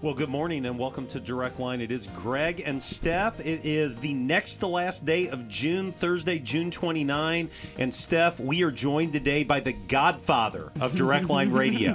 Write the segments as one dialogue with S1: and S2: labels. S1: Well, good morning and welcome to Direct Line. It is Greg and Steph. It is the next to last day of June, Thursday, June 29. And Steph, we are joined today by the godfather of Direct Line Radio.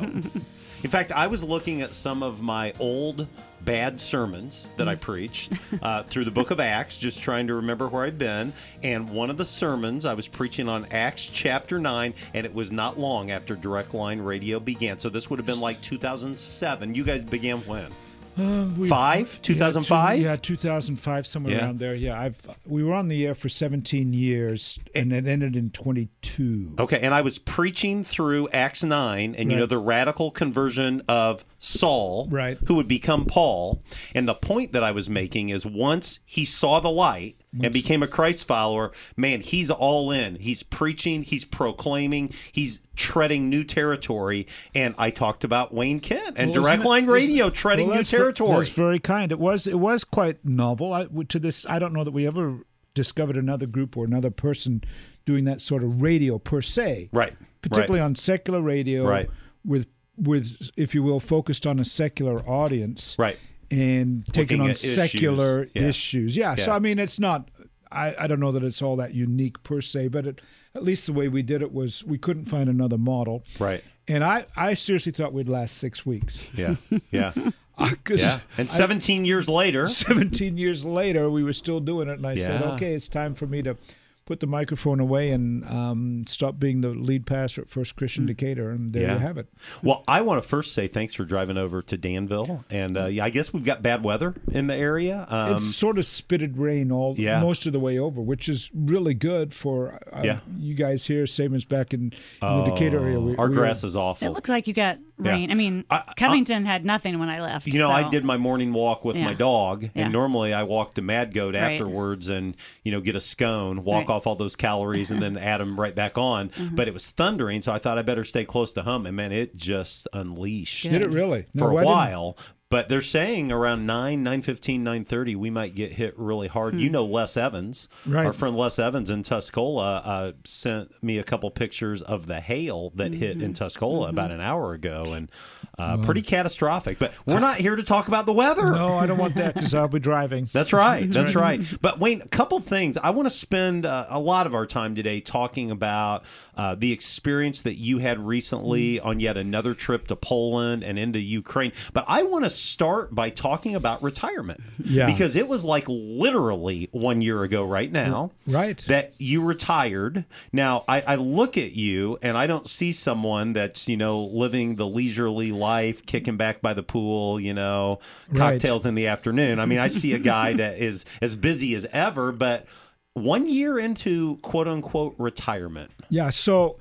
S1: In fact, I was looking at some of my old bad sermons that I
S2: Mm.
S1: preached uh, through the book of Acts, just trying to remember where I'd been. And one of the sermons I was preaching on Acts chapter 9, and it was not long after Direct Line Radio began. So this would have been like 2007. You guys began when?
S2: Uh, we-
S1: Five?
S2: yeah, two-
S1: 2005?
S2: Yeah, 2005, somewhere
S1: Yeah.
S2: around there. Yeah, I've we were on the air for 17 years, and it ended in 22.
S1: Okay, and I was preaching through Acts 9 and you know
S2: Right.
S1: the radical conversion of Saul
S2: Right.
S1: who would become Paul and the point that I was making is once he saw the light and became a Christ follower, man, he's all in. He's preaching, he's proclaiming, he's treading new territory and I talked about Wayne Kent and
S2: Well, isn't
S1: Direct
S2: it-
S1: Line
S2: isn't-
S1: Radio treading
S2: Well,
S1: new
S2: that's ver-
S1: territory.
S2: That's very kind. It was it was quite novel. I, to this, I don't know that we ever discovered another group or another person doing that sort of radio per se.
S1: Right,
S2: Particularly on secular radio.
S1: Right.
S2: With with if you will, focused on a secular audience.
S1: Right.
S2: And taking
S1: Looking
S2: on
S1: at issues.
S2: secular
S1: Yeah.
S2: issues. Yeah. So
S1: Yeah.
S2: I mean, it's not. I, I don't know that it's all that unique per se, but it, at least the way we did it was we couldn't find another model.
S1: Right.
S2: And I, I seriously thought we'd last six weeks.
S1: Yeah. Yeah.
S2: I could-
S1: Yeah. And 17 years later,
S2: 17 years later, we were still doing it. And I said,
S1: Yeah.
S2: okay, it's time for me to put the microphone away and um, stop being the lead pastor at First Christian Decatur. And there
S1: Hmm. Yeah.
S2: you have it.
S1: Well, I want to first say thanks for driving over to Danville, and uh, yeah, I guess we've got bad weather in the area. Um,
S2: It's sort of spitted rain all
S1: Yeah.
S2: most of the way over, which is really good for uh,
S1: Yeah. Oh,
S2: you guys here, same as back in, in the Decatur area. We,
S1: our
S2: we
S1: grass is awful.
S3: It looks like you got rain. I mean,
S1: I- I-
S3: Covington had nothing when I left.
S1: you know, I
S3: so-
S1: did my morning walk with my
S3: Yeah.
S1: dog, and
S3: Yeah.
S1: normally I walk to Mad Goat
S3: Right.
S1: afterwards and, you know, get a scone, walk
S3: Right. Mm-hmm.
S1: off all those calories, and then add them right back on. But it was thundering, so I thought I better stay close to home, and man, it just unleashed.
S3: Good.
S2: Did it really? Now,
S1: for
S2: why
S1: a
S2: didn't-
S1: while. But they're saying around 9, 9.15, 9.30, we might get hit really hard. You know Les Evans.
S2: Hmm. Right.
S1: Our friend Les Evans in Tuscola uh, sent me a couple pictures of the hail that hit
S2: Mm-hmm.
S1: in Tuscola about an hour ago. And uh, pretty catastrophic. But we're not here to talk about the weather.
S2: No, I don't want that because I'll be driving.
S1: That's right. That's right. But Wayne, a couple things. I want to spend uh, a lot of our time today talking about uh, the experience that you had recently on yet another trip to Poland and into Ukraine. But I want to start by talking about retirement.
S2: Yeah.
S1: Because it was like literally one year ago right now.
S2: Right.
S1: That you retired. Now, I, I look at you and I don't see someone that's, you know, living the leisurely life, kicking back by the pool, you know,
S2: Right.
S1: cocktails cocktails in the afternoon. I mean, I see a guy that is as busy as ever, but one year into quote unquote retirement.
S2: Yeah, so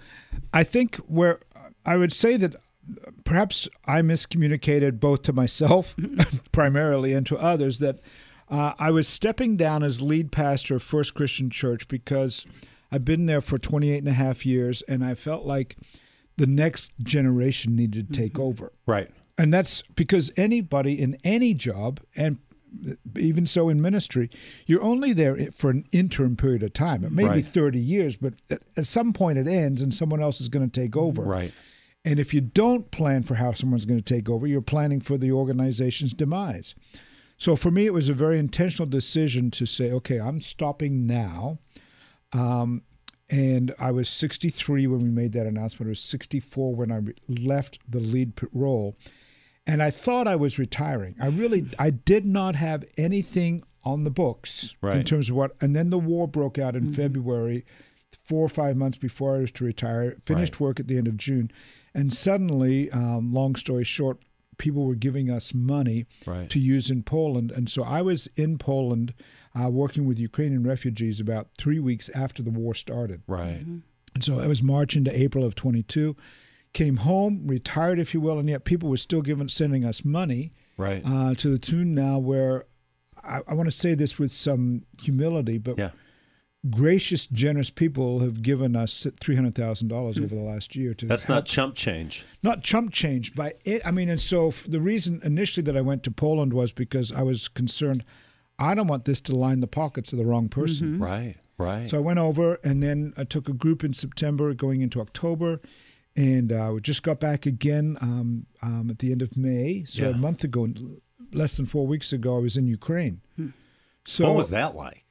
S2: I think where I would say that perhaps I miscommunicated both to myself primarily and to others that uh, I was stepping down as lead pastor of First Christian Church because I've been there for 28 and a half years and I felt like the next generation needed to take over.
S1: Right.
S2: And that's because anybody in any job, and even so in ministry, you're only there for an interim period of time. It may be
S1: Right.
S2: 30 years, but at, at some point it ends and someone else is going to take over.
S1: Right.
S2: And if you don't plan for how someone's going to take over, you're planning for the organization's demise. So for me, it was a very intentional decision to say, okay, I'm stopping now. Um, and I was 63 when we made that announcement. I was 64 when I re- left the lead p- role. And I thought I was retiring. I really, I did not have anything on the books in
S1: Right.
S2: terms of what. And then the war broke out in February, four or five months before I was to retire. Finished work at the end of June, and suddenly, um, long story short, people were giving us money
S1: Right.
S2: to use in Poland, and so I was in Poland uh, working with Ukrainian refugees about three weeks after the war started.
S1: Right.
S2: And so it was March into April of 22. Came home, retired, if you will, and yet people were still giving, sending us money
S1: Right.
S2: uh, to the tune now where I, I want to say this with some humility, but
S1: yeah.
S2: gracious, generous people have given us three hundred thousand dollars over the last year to
S1: Hmm. That's not chump change.
S2: not chump change by it. I mean, and so f- the reason initially that I went to Poland was because I was concerned. I don't want this to line the pockets of the wrong person.
S1: Right, right.
S2: So I went over, and then I took a group in September, going into October, and uh, we just got back again um, um, at the end of May. So
S1: Yeah.
S2: a month ago, less than four weeks ago, I was in Ukraine. So
S1: Hmm. what was that like?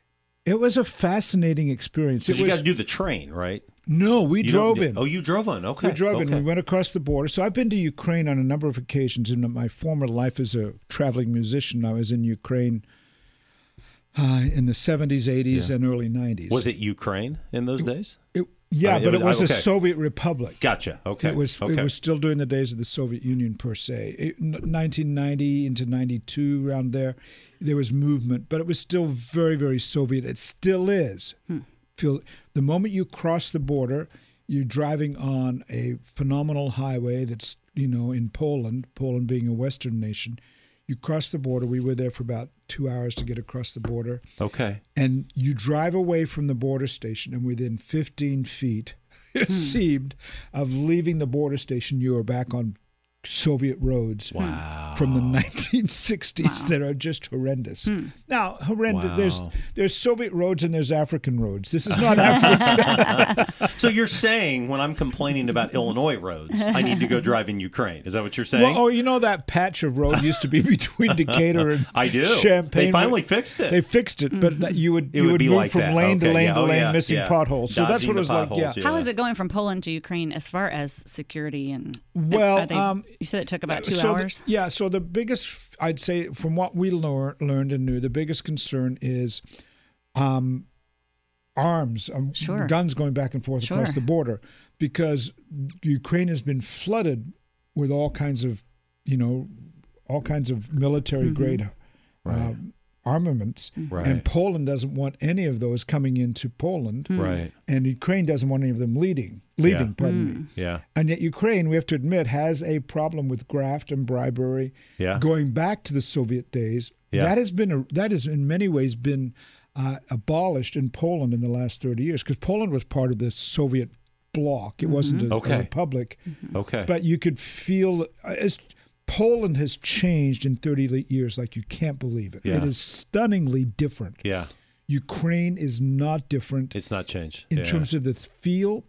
S2: It was a fascinating experience.
S1: 'Cause
S2: It
S1: you
S2: was
S1: got to do the train, right?
S2: no, we
S1: You don't-
S2: drove in.
S1: Oh, you drove in. Okay.
S2: We drove in.
S1: okay.
S2: We went across the border. So I've been to Ukraine on a number of occasions in my former life as a traveling musician. I was in Ukraine uh, in the 70s, 80s, and early 90s.
S1: Was it Ukraine in those days?
S2: It- yeah,
S1: Uh, it
S2: but it
S1: was-
S2: was,
S1: okay.
S2: a Soviet republic.
S1: Gotcha. Okay.
S2: It was
S1: okay.
S2: it was still during the days of the Soviet Union per se. It, n- 1990 into 92 around there, there was movement, but it was still very very Soviet. It still is. Feel the moment you cross the border, you're driving on a phenomenal highway that's you know in Poland. Poland being a Western nation, you cross the border. We were there for about two hours to get across the border,
S1: okay.
S2: and you drive away from the border station, and within 15 feet,
S1: Hmm.
S2: it seemed, of leaving the border station, you are back on Soviet roads
S1: Hmm.
S2: from the 1960s that are just horrendous. Now, horrendous. There's
S1: Hmm. Wow.
S2: there's Soviet roads and there's African roads. This is not Africa.
S1: So you're saying when I'm complaining about Illinois roads, I need to go drive in Ukraine? Is that what you're saying?
S2: well, oh, you know that patch of road used to be between Decatur and
S1: I do.
S2: oh, Champaign.
S1: They finally fixed it. Mm-hmm.
S2: They fixed it, but that you would
S1: It
S2: you
S1: would
S2: would
S1: be
S2: move
S1: like
S2: from
S1: that.
S2: lane to
S1: Okay,
S2: lane
S1: yeah,
S2: to
S1: oh,
S2: lane,
S1: yeah,
S2: missing
S1: yeah.
S2: potholes. So that's
S1: Dodging
S2: what
S1: the
S2: it was like.
S1: potholes, yeah.
S3: How is it going from Poland to Ukraine as far as security and and
S2: Well,
S3: are they-
S2: um,
S3: you said it took about two
S2: so the-
S3: hours.
S2: yeah. So the biggest, I'd say, from what we lear- learned and knew, the biggest concern is um, arms, um,
S3: Sure.
S2: guns going back and forth across
S3: Sure.
S2: the border, because Ukraine has been flooded with all kinds of, you know, all kinds of military
S3: Mm-hmm.
S2: grade. Uh, Armaments
S1: Right.
S2: and Poland doesn't want any of those coming into Poland,
S3: Mm. Hmm.
S1: Right.
S2: and Ukraine doesn't want any of them leading, leaving.
S1: Yeah.
S2: Pardon
S3: Mm.
S2: me.
S1: Yeah.
S2: And yet, Ukraine, we have to admit, has a problem with graft and bribery.
S1: Yeah.
S2: Going back to the Soviet days,
S1: Yeah.
S2: that has been a, that has in many ways been uh, abolished in Poland in the last thirty years because Poland was part of the Soviet bloc; it wasn't a,
S1: Mm-hmm. Okay. Mm-hmm.
S2: a republic.
S1: Okay.
S2: But you could feel uh, as Poland has changed in thirty years, like you can't believe it.
S1: Yeah.
S2: It is stunningly different.
S1: yeah.
S2: Ukraine is not different
S1: It's not changed.
S2: in
S1: yeah.
S2: terms of the th- feel.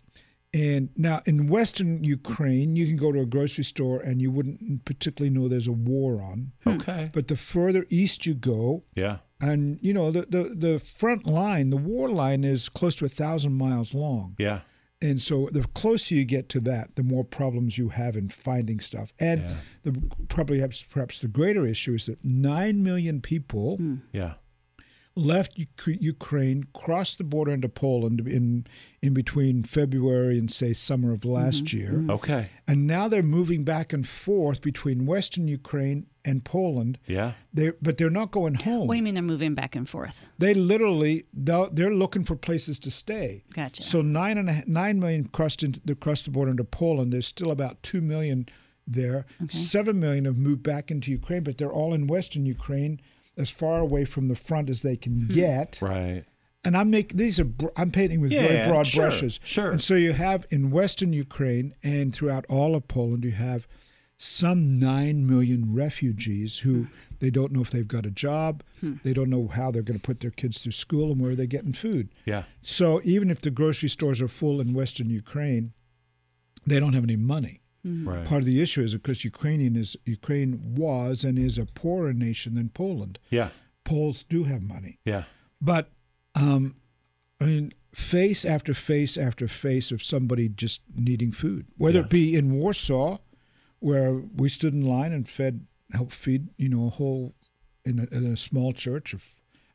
S2: And now in Western Ukraine, you can go to a grocery store and you wouldn't particularly know there's a war on.
S3: Hmm.
S1: Okay.
S2: But the further east you go,
S1: Yeah.
S2: and you know the, the, the front line, the war line is close to a thousand miles long,
S1: Yeah.
S2: and so the closer you get to that, the more problems you have in finding stuff. And the probably perhaps, perhaps the greater issue is that nine million people
S1: Yeah.
S2: left Uk- Ukraine, crossed the border into Poland in in between February and say summer of last
S3: Mm-hmm.
S2: year,
S3: Hmm.
S1: Okay.
S2: and now they're moving back and forth between Western Ukraine and Poland.
S1: Yeah.
S2: They but they're not going home.
S3: What do you mean they're moving back and forth?
S2: They literally they're they're looking for places to stay.
S3: Gotcha.
S2: So nine and a, h- nine million crossed into they crossed the border into Poland. There's still about two million there. Seven million have moved back into Ukraine, but they're all in Western Ukraine, as far away from the front as they
S3: Hmm.
S2: can get
S1: Right.
S2: and I'm making these are br- I'm painting with
S1: Yeah,
S2: very broad
S1: sure,
S2: brushes.
S1: sure.
S2: And so you have in Western Ukraine and throughout all of Poland, you have some nine million refugees who they don't know if they've got a job, they don't know how they're going to put their kids through school, and where they're getting food.
S1: Yeah.
S2: So even if the grocery stores are full in Western Ukraine, they don't have any money.
S3: Hmm.
S1: Right.
S2: Part of the issue is, of course, Ukrainian is Ukraine was and is a poorer nation than Poland.
S1: Yeah.
S2: Poles do have money.
S1: Yeah.
S2: But um, I mean, face after face after face of somebody just needing food, whether it be in Warsaw, where we stood in line and fed, helped feed, you know, a whole in a, in a small church of,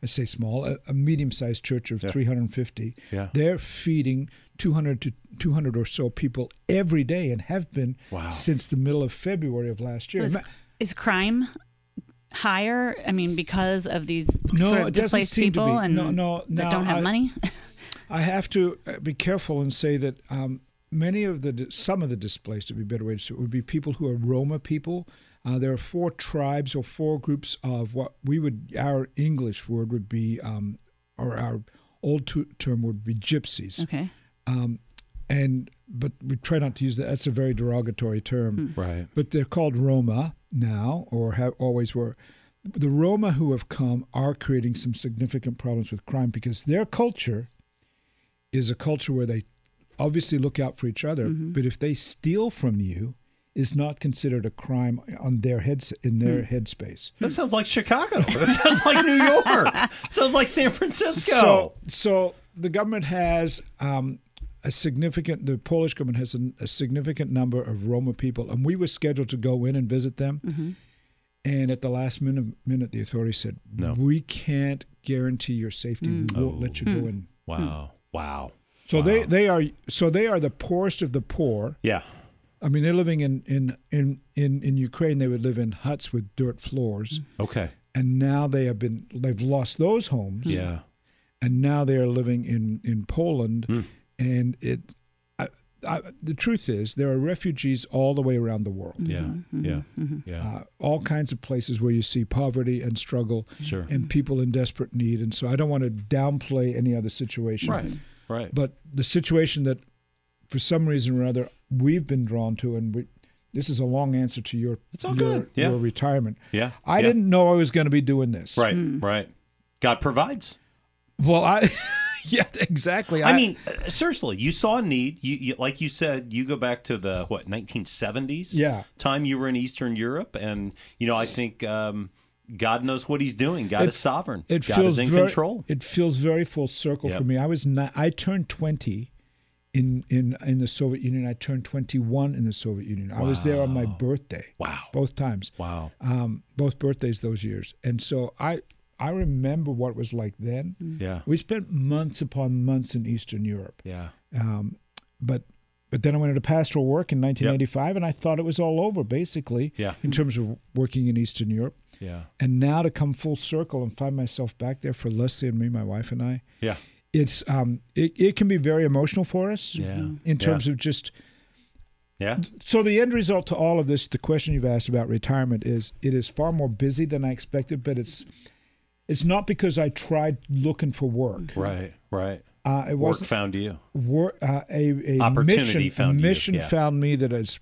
S2: I say small, a, a medium-sized church of 350.
S1: Yeah.
S2: They're feeding 200 to 200 or so people every day and have been
S1: Wow.
S2: since the middle of February of last
S3: So
S2: year.
S3: is,
S2: Ma-
S3: is crime higher? I mean, because of these
S2: No,
S3: sort
S2: it
S3: of
S2: doesn't
S3: displaced
S2: seem to
S3: people
S2: be.
S3: and
S2: No, no,
S3: that
S2: now
S3: don't have
S2: I-
S3: money.
S2: I have to uh, be careful and say that um, many of the some of the displaced, to be a better way to say it, would be people who are Roma people. Uh, there are four tribes or four groups of what we would our English word would be um, or our old tu- term would be gypsies.
S3: Okay.
S2: And but we try not to use that. That's a very derogatory term.
S1: Right.
S2: But they're called Roma now, or have always were. The Roma who have come are creating some significant problems with crime because their culture is a culture where they obviously look out for each other. But if they steal from you, is not considered a crime on their heads in their headspace.
S1: That sounds like Chicago. That sounds like New York. sounds like San Francisco.
S2: So, so the government has um, a significant. The Polish government has an, a significant number of Roma people, and we were scheduled to go in and visit them. And at the last minute, minute, the authorities said,
S1: No.
S2: "We can't guarantee your safety. We won't let you go in."
S1: wow. Wow.
S2: So they, they are so they are the poorest of the poor.
S1: Yeah.
S2: I mean, they're living in in in in, in Ukraine. They would live in huts with dirt floors,
S1: Okay.
S2: and now they have been they've lost those homes
S1: Yeah.
S2: and now they are living in in Poland.
S1: Hmm.
S2: And it, I, I, the truth is, there are refugees all the way around the world,
S1: Yeah. Yeah. Yeah.
S2: uh, all kinds of places where you see poverty and struggle,
S1: Sure.
S2: and people in desperate need. And so, I don't want to downplay any other situation,
S1: Right. Right.
S2: But the situation that, for some reason or other, we've been drawn to, and we, this is a long answer to your
S1: It's all
S2: your,
S1: good. Yeah.
S2: your retirement.
S1: Yeah.
S2: I
S1: Yeah.
S2: didn't know I was going to be doing this.
S1: Right. Right. God provides.
S2: Well, I. Yeah, exactly.
S1: I mean, uh, seriously, you saw a need. You, you like you said, you go back to the what 1970s.
S2: Yeah.
S1: time you were in Eastern Europe, and you know, I think um, God knows what He's doing. God
S2: It-
S1: is sovereign.
S2: it
S1: God
S2: feels
S1: is in
S2: very,
S1: control.
S2: It feels very full circle
S1: Yep.
S2: for me. I was ni- I turned twenty in in in the Soviet Union. I turned twenty one in the Soviet Union. I was there on my birthday.
S1: Wow.
S2: Both times,
S1: Wow.
S2: um, both birthdays those years, and so I I remember what it was like then.
S1: Yeah.
S2: We spent months upon months in Eastern Europe, Um,
S1: Yeah.
S2: but. But then I went into pastoral work in 1985, and I thought it was all over, basically,
S1: Yeah.
S2: in terms of working in Eastern Europe.
S1: Yeah.
S2: And now to come full circle and find myself back there for Leslie and me, my wife and I,
S1: Yeah.
S2: it's um it, it can be very emotional for us
S1: Yeah.
S2: in terms of just
S1: Yeah.
S2: so the end result to all of this the question you've asked about retirement is it is far more busy than i expected but it's it's not because i tried looking for work
S1: Right. Right.
S2: uh, it
S1: Mm-hmm. Work
S2: was
S1: found you.
S2: wor- uh, a, a
S1: Opportunity
S2: mission,
S1: found
S2: a
S1: you,
S2: mission
S1: yeah.
S2: found me that is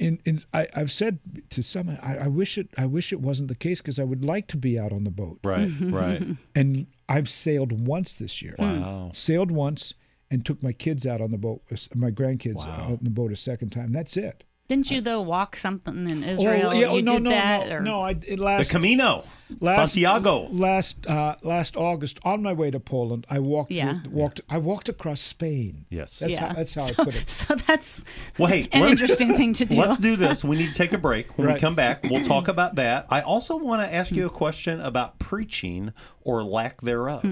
S2: in, in I, i've said to some I, I wish it i wish it wasn't the case because i would like to be out on the boat
S1: Right. Right.
S2: and i've sailed once this year
S1: wow.
S2: sailed once and took my kids out on the boat uh, my grandkids
S1: Wow.
S2: out on the boat a second time that's it
S3: Didn't you though walk something in Israel?
S2: Oh, yeah,
S3: you
S2: no,
S3: did
S2: no,
S3: that,
S2: no,
S3: or-
S2: no. I, it
S1: The
S2: last
S1: Camino.
S2: last
S1: Santiago.
S2: last uh, last August on my way to Poland. I walked
S3: Yeah.
S2: walked I walked across Spain.
S1: Yes.
S2: that's
S3: Yeah.
S2: how that's how
S3: so,
S2: I put it.
S3: So that's
S1: Well, hey,
S3: an
S1: let-
S3: interesting thing to do.
S1: Let's do this. We need to take a break. When we
S2: Right.
S1: come back, we'll talk about that. I also want to ask you a question about preaching or lack thereof.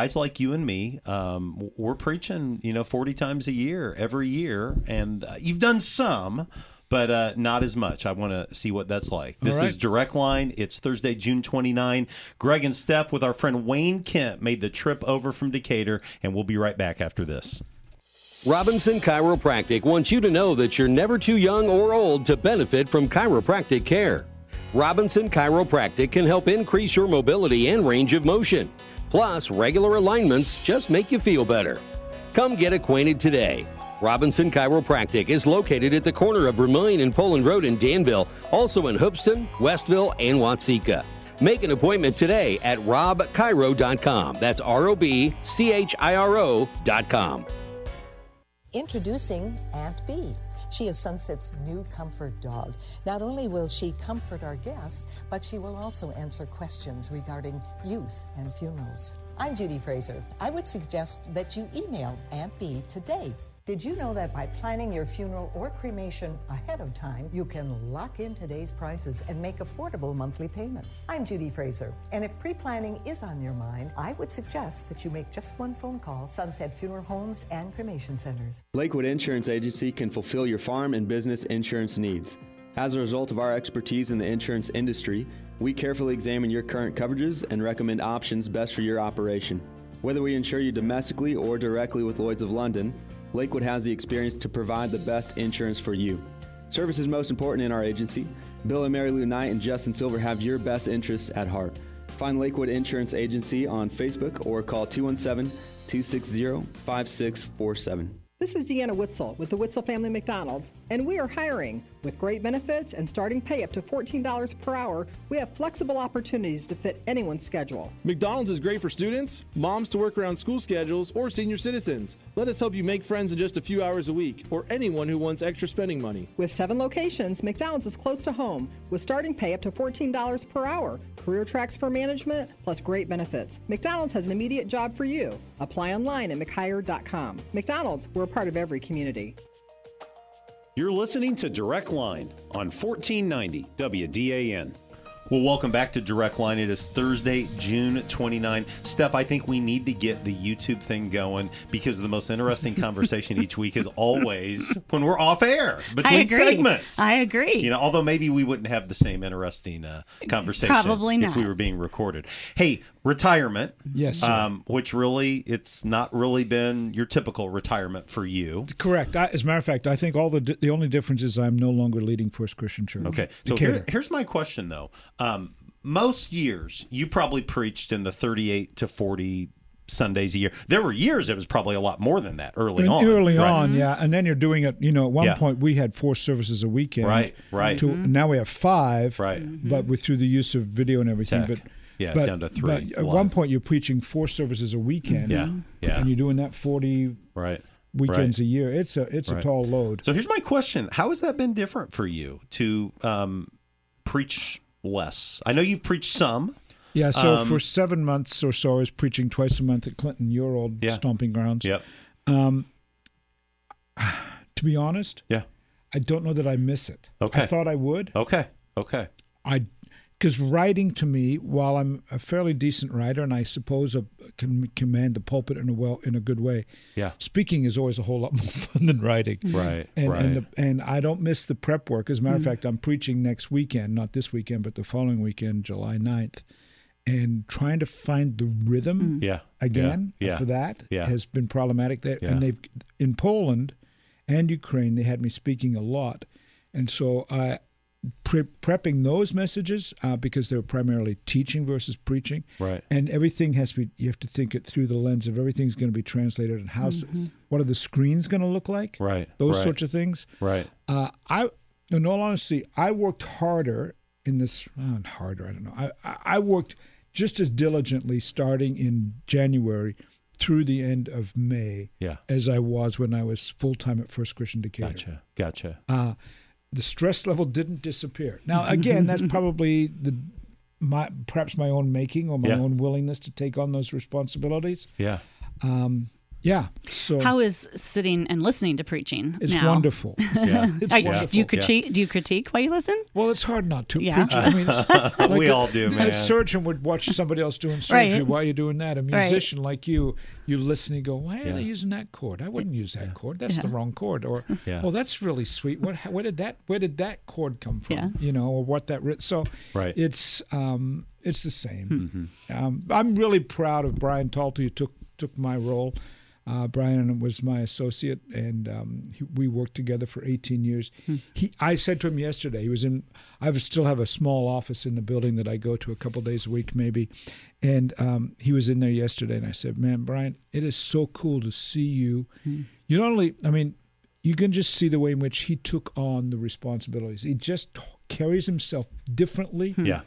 S1: Guys like you and me, um, w- we're preaching, you know, 40 times a year, every year. And uh, you've done some, but uh, not as much. I want to see what that's like. This
S2: right.
S1: is Direct Line. It's Thursday, June 29. Greg and Steph with our friend Wayne Kent made the trip over from Decatur, and we'll be right back after this.
S4: Robinson Chiropractic wants you to know that you're never too young or old to benefit from chiropractic care. Robinson Chiropractic can help increase your mobility and range of motion. Plus, regular alignments just make you feel better. Come get acquainted today. Robinson Chiropractic is located at the corner of Vermillion and Poland Road in Danville, also in Hoopston, Westville, and Watsika. Make an appointment today at robchiro.com. That's R O B C H I R O.com.
S5: Introducing Aunt Bee. She is Sunset's new comfort dog. Not only will she comfort our guests, but she will also answer questions regarding youth and funerals. I'm Judy Fraser. I would suggest that you email Aunt Bee today. Did you know that by planning your funeral or cremation ahead of time, you can lock in today's prices and make affordable monthly payments? I'm Judy Fraser, and if pre planning is on your mind, I would suggest that you make just one phone call Sunset Funeral Homes and Cremation Centers.
S6: Lakewood Insurance Agency can fulfill your farm and business insurance needs. As a result of our expertise in the insurance industry, we carefully examine your current coverages and recommend options best for your operation. Whether we insure you domestically or directly with Lloyds of London, Lakewood has the experience to provide the best insurance for you. Service is most important in our agency. Bill and Mary Lou Knight and Justin Silver have your best interests at heart. Find Lakewood Insurance Agency on Facebook or call 217 260 5647.
S7: This is Deanna Witzel with the Witzel Family McDonald's, and we are hiring. With great benefits and starting pay up to $14 per hour, we have flexible opportunities to fit anyone's schedule.
S8: McDonald's is great for students, moms to work around school schedules, or senior citizens. Let us help you make friends in just a few hours a week, or anyone who wants extra spending money.
S7: With seven locations, McDonald's is close to home with starting pay up to $14 per hour, career tracks for management, plus great benefits. McDonald's has an immediate job for you. Apply online at McHire.com. McDonald's, we're a part of every community.
S9: You're listening to Direct Line on 1490 WDAN.
S1: Well, welcome back to Direct Line. It is Thursday, June 29. Steph, I think we need to get the YouTube thing going because the most interesting conversation each week is always when we're off air between
S3: I agree.
S1: segments.
S3: I agree.
S1: You know, although maybe we wouldn't have the same interesting uh, conversation
S3: Probably
S1: if
S3: not.
S1: we were being recorded. Hey, retirement.
S2: Yes, sir.
S1: Um, which really, it's not really been your typical retirement for you.
S2: Correct. I, as a matter of fact, I think all the di- the only difference is I'm no longer leading First Christian Church.
S1: Okay.
S2: So
S1: So here- here's my question, though. Um, most years, you probably preached in the 38 to 40 Sundays a year. There were years it was probably a lot more than that early on.
S2: early
S1: right?
S3: Mm-hmm.
S2: on, yeah, and then you're doing it. You know, at one
S1: Yeah.
S2: point we had four services a weekend.
S1: Right, right.
S2: To,
S3: Mm-hmm.
S2: Now we have five.
S1: Right.
S2: But with through the use of video and everything,
S1: Tech.
S2: but
S1: Yeah,
S2: but-
S1: down to three
S2: But at
S1: live.
S2: one point you're preaching four services a weekend.
S1: Yeah,
S3: Mm-hmm.
S1: yeah.
S2: And you're doing that 40
S1: Right.
S2: weekends
S1: right.
S2: a year. It's a it's a
S1: Right.
S2: tall load.
S1: So here's my question How has that been different for you to um, preach less? I know you've preached some.
S2: Yeah, so
S1: Um,
S2: for seven months or so, I was preaching twice a month at Clinton, your old
S1: Yeah.
S2: stomping grounds.
S1: Yep.
S2: To be honest,
S1: Yeah.
S2: I don't know that I miss it.
S1: Okay. Oh.
S2: I thought I would.
S1: Okay. Okay.
S2: I because writing to me, while I'm a fairly decent writer, and I suppose I can command the pulpit in a well in a good way.
S1: Yeah.
S2: Speaking is always a whole lot more fun than writing.
S1: Right.
S2: And,
S1: right.
S2: and, the, and I don't miss the prep work. As a matter of fact, I'm preaching next weekend, not this weekend, but the following weekend, July 9th, and trying to find the rhythm.
S1: yeah.
S2: again
S1: Yeah. yeah.
S2: for that
S1: Yeah.
S2: has been problematic there
S1: Yeah.
S2: and they've in Poland and Ukraine they had me speaking a lot and so I pre- prepping those messages uh, because they were primarily teaching versus preaching
S1: Right.
S2: and everything has to be you have to think it through the lens of everything's going to be translated and how's what are the screens going to look like
S1: Right,
S2: those
S1: right.
S2: sorts of things
S1: Right.
S2: uh, I, in all honesty, I worked harder in this. well, Not harder, I don't know. I, I I worked just as diligently starting in January through the end of May
S1: Yeah.
S2: as I was when I was full time at First Christian Decatur.
S1: Gotcha. Gotcha.
S2: Uh, The stress level didn't disappear. Now, again, that's probably the my perhaps my own making or my
S1: Yeah.
S2: own willingness to take on those responsibilities.
S1: yeah.
S2: Yeah. So
S3: How is sitting and listening to preaching
S2: it's
S3: now?
S2: wonderful.
S1: Yeah.
S3: Are-
S1: wonderful.
S3: do you
S1: Yeah.
S3: critique? Do you critique while you listen?
S2: Well, it's hard not to.
S3: Yeah.
S2: preach. I mean, it's like
S1: we
S2: a-
S1: all do,
S2: a
S1: man.
S2: surgeon would watch somebody else doing surgery.
S3: Right.
S2: Why are you doing that? A
S3: Right.
S2: musician like you, you listen and go, why are
S1: Yeah.
S2: they using that chord? I wouldn't use that chord. That's the
S3: Yeah.
S2: wrong chord. Or,
S1: Yeah.
S2: well, that's really sweet. What? Where did that? Where did that chord come from?
S3: Yeah.
S2: You know, or what that? Ri- so,
S1: Right.
S2: It's um, it's the same. Um, I'm really proud of Brian Talty who took took my role. Uh, Brian was my associate, and um, he, we worked together for 18 years. He, I said to him yesterday, he was in. I was- still have a small office in the building that I go to a couple days a week, maybe, and um, he was in there yesterday, and I said, "Man, Brian, it is so cool to see you. You not only, I mean, you can just see the way in which he took on the responsibilities. He just carries himself differently
S1: Yeah.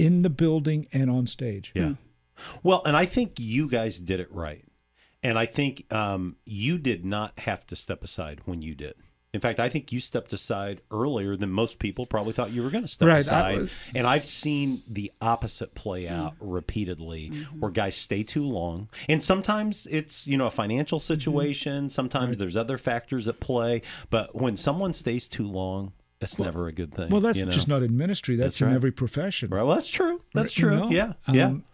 S2: in the building and on stage.
S1: Yeah. Well, and I think you guys did it right. And I think um, you did not have to step aside when you did. In fact, I think you stepped aside earlier than most people probably thought you were going to step
S2: Right, I
S1: aside.
S2: was- Hmm.
S1: and I've seen the opposite play out repeatedly
S2: Mm-hmm.
S1: where guys stay too long. And sometimes it's, you know, a financial
S2: Mm-hmm.
S1: situation, sometimes there's other factors at play, but when someone stays too long, that's never a good thing.
S2: Well, that's
S1: you know?
S2: just not in ministry. That's,
S1: That's
S2: in
S1: right.
S2: every profession.
S1: Right, Well, that's true. That's
S2: You
S1: true.
S2: know?
S1: yeah. yeah.
S2: Um,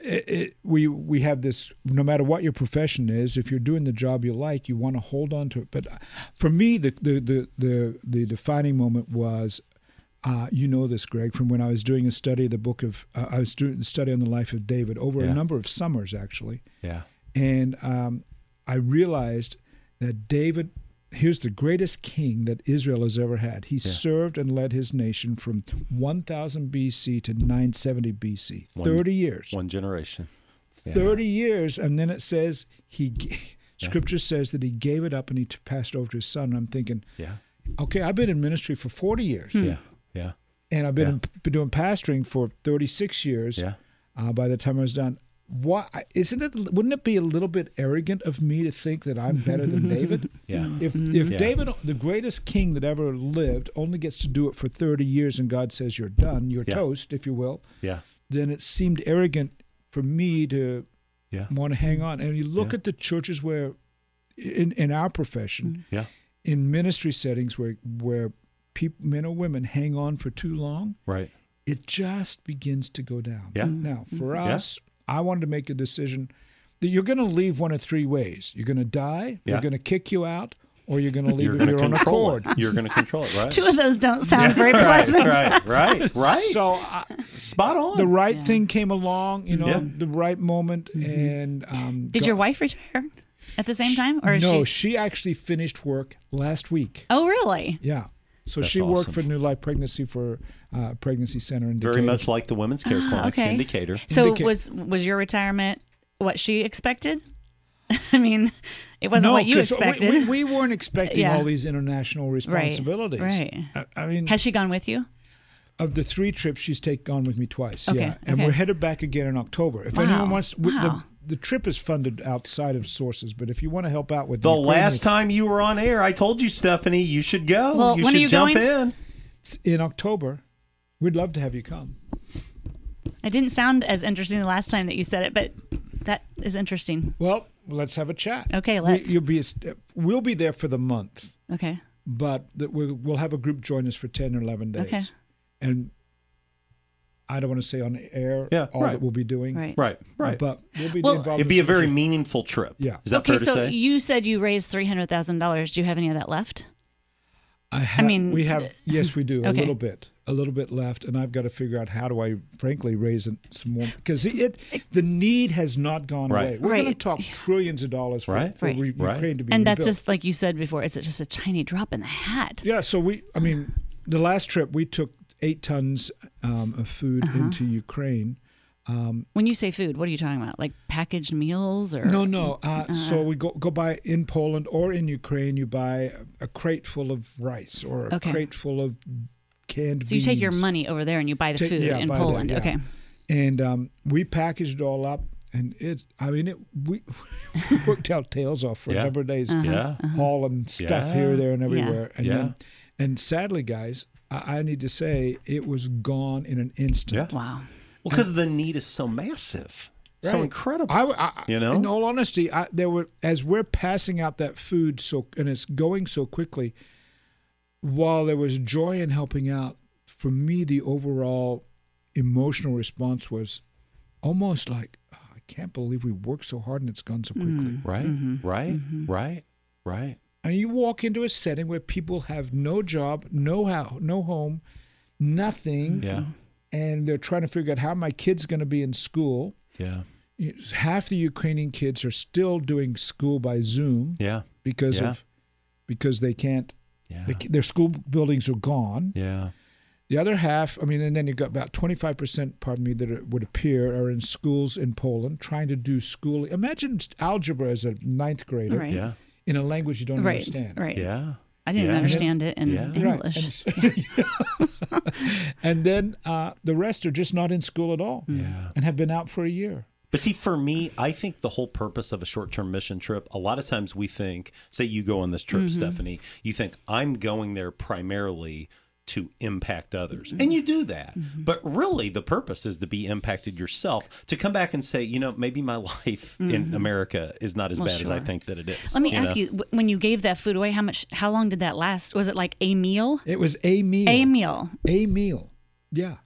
S2: It, it, we we have this. No matter what your profession is, if you're doing the job you like, you want to hold on to it. But uh, for me, the the the the, the defining moment was. Uh, you know this, Greg, from when I was doing a study of the book of, uh, I was doing a study on the life of David over
S1: Yeah.
S2: a number of summers, actually.
S1: Yeah.
S2: And um, I realized that David here's the greatest king that Israel has ever had. He served and led his nation from 1000 BC to 970 BC. 30 years.
S1: One generation.
S2: 30 years and then it says he g- scripture says that he gave it up and he t- passed it over to his son. And I'm thinking,
S1: Yeah.
S2: okay, I've been in ministry for 40 years
S1: Yeah. Yeah.
S2: and I've been, been doing pastoring for 36 years.
S1: Yeah.
S2: Uh, by the time I was done, why isn't it? Wouldn't it be a little bit arrogant of me to think that I'm better than David?
S1: Yeah.
S2: If if
S1: Yeah.
S2: David, the greatest king that ever lived, only gets to do it for 30 years, and God says you're done, you're
S1: Yeah.
S2: toast, if you will,
S1: Yeah.
S2: then it seemed arrogant for me to
S1: Yeah.
S2: want to hang on. And you look at the churches where, in in our profession,
S1: Yeah.
S2: in ministry settings where where peop men or women hang on for too long,
S1: Right.
S2: it just begins to go down.
S1: Yeah.
S3: Mm-hmm.
S1: Mhm.
S2: Now, for us, I wanted to make a decision that you're going to leave one of three ways. You're going to die,
S1: Yeah.
S2: they're going to kick you out, or you're going to leave
S1: You're
S2: of
S1: going to
S2: your own
S1: control
S2: accord.
S1: it. You're going to control it, right?
S3: Two of those don't sound very
S1: right,
S3: pleasant.
S1: right, uh, right, right.
S2: So I,
S1: Spot on.
S2: the right thing came along, you know,
S1: Yeah.
S2: the right moment, and um,
S3: Mm-hmm. Did your wife retire at the same time, or is
S2: no,
S3: she?
S2: she actually finished work last week.
S3: Oh, really?
S2: Yeah. So
S1: That's
S2: she worked
S1: awesome.
S2: for New Life Pregnancy for uh, Pregnancy Center in Decatur.
S1: Very much like the women's care clinic
S3: Ah, okay.
S1: indicator.
S3: So
S2: Indicate-
S3: was was your retirement what she expected? I mean, it wasn't what you
S2: 'cause
S3: expected.
S2: We, we, we weren't expecting
S3: Yeah.
S2: all these international responsibilities.
S3: right.
S2: I, I mean,
S3: Has she gone with you?
S2: of the three trips, she's taken on with me twice.
S3: Okay,
S2: Yeah, and
S3: okay.
S2: we're headed back again in October. If
S3: Wow,
S2: anyone wants, we,
S3: wow.
S2: the, the trip is funded outside of sources, but if you want to help out with
S1: The
S2: Ukraine,
S1: last time you were on air, I told you, Stephanie, you should go.
S3: Well,
S1: you
S3: when
S1: should
S3: are you
S1: jump
S3: going?
S1: in.
S2: it's in October, we'd love to have you come.
S3: It didn't sound as interesting the last time that you said it, but that is interesting.
S2: Well, let's have a chat.
S3: Okay,
S2: we,
S3: let's.
S2: you'll be a st- we'll be there for the month,
S3: Okay.
S2: but that we'll, we'll have a group join us for ten or eleven days,
S3: Okay.
S2: and. I don't want to say on air
S1: Yeah,
S2: all
S1: right.
S2: that we'll be doing,
S3: Right.
S1: Right, right.
S2: But we'll be
S3: Well-
S2: involved.
S1: It'd
S2: in
S1: be a
S2: some
S1: very
S2: sort-
S1: meaningful trip.
S2: Yeah.
S1: Is that
S3: okay,
S1: fair to
S3: so
S1: say?
S3: you said you raised three hundred thousand dollars. Do you have any of that left?
S2: I, ha-
S3: mean-
S2: we have yes, we do a
S3: Okay.
S2: little bit, a little bit left, and I've got to figure out how do I, frankly, raise it some more because it, the need has not gone
S1: Right.
S2: away. We're going
S3: Right.
S2: to talk trillions of dollars for,
S1: Right.
S2: for
S3: Right.
S2: Re-
S1: Right.
S2: Ukraine to be
S3: and that's
S2: rebuilt.
S3: just like you said before. Is it just a tiny drop in the hat?
S2: yeah. So we, I mean, the last trip we took eight tons um, of food
S3: Uh-huh.
S2: into Ukraine.
S3: When you say food, what are you talking about? Like packaged meals or
S2: No, no. Uh,
S3: Uh-huh.
S2: so we go go buy in Poland or in Ukraine. You buy a, a crate full of rice or a
S3: Okay.
S2: crate full of canned.
S3: So you take your
S2: beans.
S3: money over there and you buy the
S2: Ta-
S3: food
S2: yeah,
S3: in
S2: buy that,
S3: Poland.
S2: yeah.
S3: Okay.
S2: and um, we packaged it all up and it i mean it we worked out tails off for
S1: Yeah.
S2: a number of days
S3: uh-huh.
S1: Yeah.
S2: hauling stuff
S1: Yeah.
S2: here there and everywhere and
S1: Uh-huh. Yeah.
S2: then and sadly guys I, I need to say it was gone in an instant
S1: Yeah.
S3: Wow.
S1: Well, because the need is so massive, so
S2: Right.
S1: incredible.
S2: I, I,
S1: You know?
S2: in all honesty, I, there were as we're passing out that food so and it's going so quickly. While there was joy in helping out, for me the overall emotional response was almost like "Oh, I can't believe we worked so hard and it's gone so quickly.
S1: right,
S3: Mm-hmm.
S1: right, right, right.
S2: And you walk into a setting where people have no job, no how, no home,
S3: Mm-hmm.
S2: nothing,
S1: Yeah,
S2: and they're trying to figure out how my kid's going to be in school.
S1: yeah,
S2: half the Ukrainian kids are still doing school by Zoom
S1: yeah,
S2: because
S1: Yeah.
S2: of because they can't
S1: yeah,
S2: the, their school buildings are gone.
S1: yeah.
S2: The other half, I mean, and then you've got about twenty five percent, pardon me, that are, would appear are in schools in Poland trying to do school. Imagine algebra as a ninth grader
S3: Right.
S1: Yeah,
S2: in a language you don't
S3: Right.
S2: understand.
S3: Right.
S1: yeah.
S3: I didn't
S1: Yeah.
S3: understand it in
S1: Yeah.
S2: Right.
S3: English.
S2: And, s- and then uh, the rest are just not in school at all
S1: Yeah.
S2: and have been out for a year.
S1: But see, for me, I think the whole purpose of a short term mission trip, a lot of times we think, say you go on this trip,
S3: Mm-hmm.
S1: Stephanie, you think, I'm going there primarily to impact others. And you
S3: Mm-hmm.
S1: do that. But really, the purpose is to be impacted yourself, to come back and say, you know, maybe my life in America is not as
S3: Mm-hmm. Well,
S1: bad as I
S3: sure.
S1: think that it is.
S3: Let me
S1: know?
S3: ask you: wh- When you gave that food away, how much? How long did that last? Was it like a meal?
S2: It was a meal.
S3: A meal.
S2: A meal. Yeah.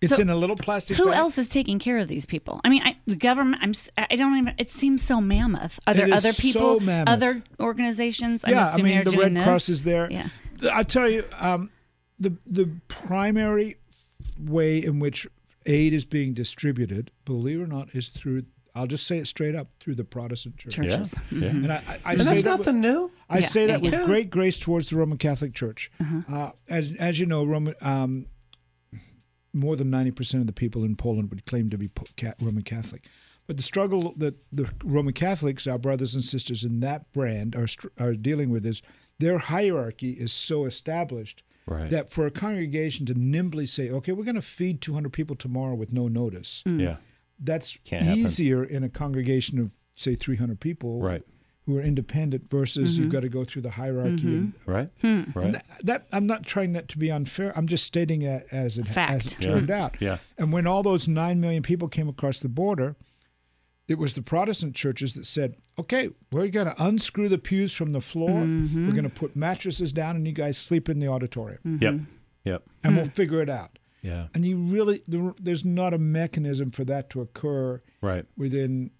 S2: It's
S3: So
S2: in a little plastic
S3: Who
S2: bag.
S3: else is taking care of these people? I mean, I, the government. I'm. s- I don't even. It seems so mammoth. Are
S2: It
S3: there
S2: is
S3: other
S2: so
S3: people?
S2: mammoth.
S3: other organizations? I'm
S2: yeah, I
S3: assuming
S2: mean
S3: are
S2: the
S3: doing
S2: Red
S3: this.
S2: Cross is there.
S3: Yeah.
S2: Th- I tell you, um, the the primary way in which aid is being distributed, believe it or not, is through I'll just say it straight up through the Protestant church.
S3: Churches.
S2: And I, I, I
S1: And
S2: say
S1: that's
S2: that
S1: nothing
S2: with,
S1: new.
S2: I
S3: Yeah,
S2: say that
S3: yeah,
S2: with
S3: yeah. Uh-huh.
S2: great grace towards the Roman Catholic Church. Uh, as, as you know, Roman, um, more than 90% of the people in Poland would claim to be po- ca- Roman Catholic. But the struggle that the Roman Catholics, our brothers and sisters in that brand, are, str- are dealing with is their hierarchy is so established
S10: Right.
S2: that for a congregation to nimbly say, okay, we're going to feed 200 people tomorrow with no notice,
S10: Yeah.
S2: that's
S10: Can't happen.
S2: easier in a congregation of, say, 300 people
S10: Right.
S2: who are independent versus you've got to go through the hierarchy. And
S10: Right.
S3: Hmm.
S10: Right.
S2: that I'm not trying that to be unfair. I'm just stating it as it as it
S3: Fact.
S2: turned out.
S10: Yeah.
S2: And when all those nine million people came across the border, it was the Protestant churches that said, "Okay, we're going to unscrew the pews from the floor. We're going to put mattresses down, and you guys sleep in the auditorium,
S3: Mm-hmm.
S10: Yep. Yep.
S2: and we'll figure it out."
S10: Yeah.
S2: And you really, there, there's not a mechanism for that to occur
S10: Right.
S2: within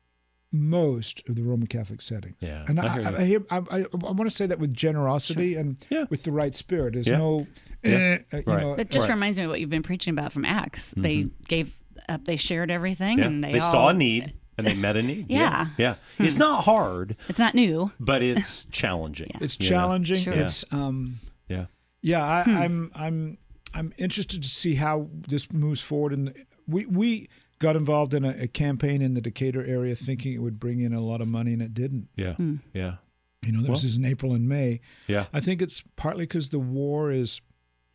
S2: most of the Roman Catholic setting.
S10: Yeah,
S2: and
S10: I
S2: I,
S10: hear
S2: I,
S10: you.
S2: I hear I, I, I want to say that with generosity and
S10: Yeah.
S2: with the right spirit. There's
S10: Yeah.
S2: no,
S10: Yeah.
S2: eh, uh, you
S10: Right.
S2: know,
S3: It just reminds me of what you've been preaching about from Acts. They gave up, they shared everything,
S10: Yeah.
S3: and they,
S10: They
S3: all,
S1: Saw a need and they met a need.
S3: Yeah. Hmm.
S10: Yeah. It's not hard,
S3: It's not new.
S10: but it's challenging.
S2: it's
S10: you know?
S2: challenging.
S3: Sure.
S2: It's um,
S10: Yeah.
S2: yeah. I, I'm I'm I'm interested to see how this moves forward. And we we got involved in a, a campaign in the Decatur area, thinking it would bring in a lot of money, and it didn't.
S10: Yeah.
S3: Hmm.
S10: Yeah.
S2: You know, this
S10: Well-
S2: is in April and May.
S10: Yeah.
S2: I think it's partly because the war is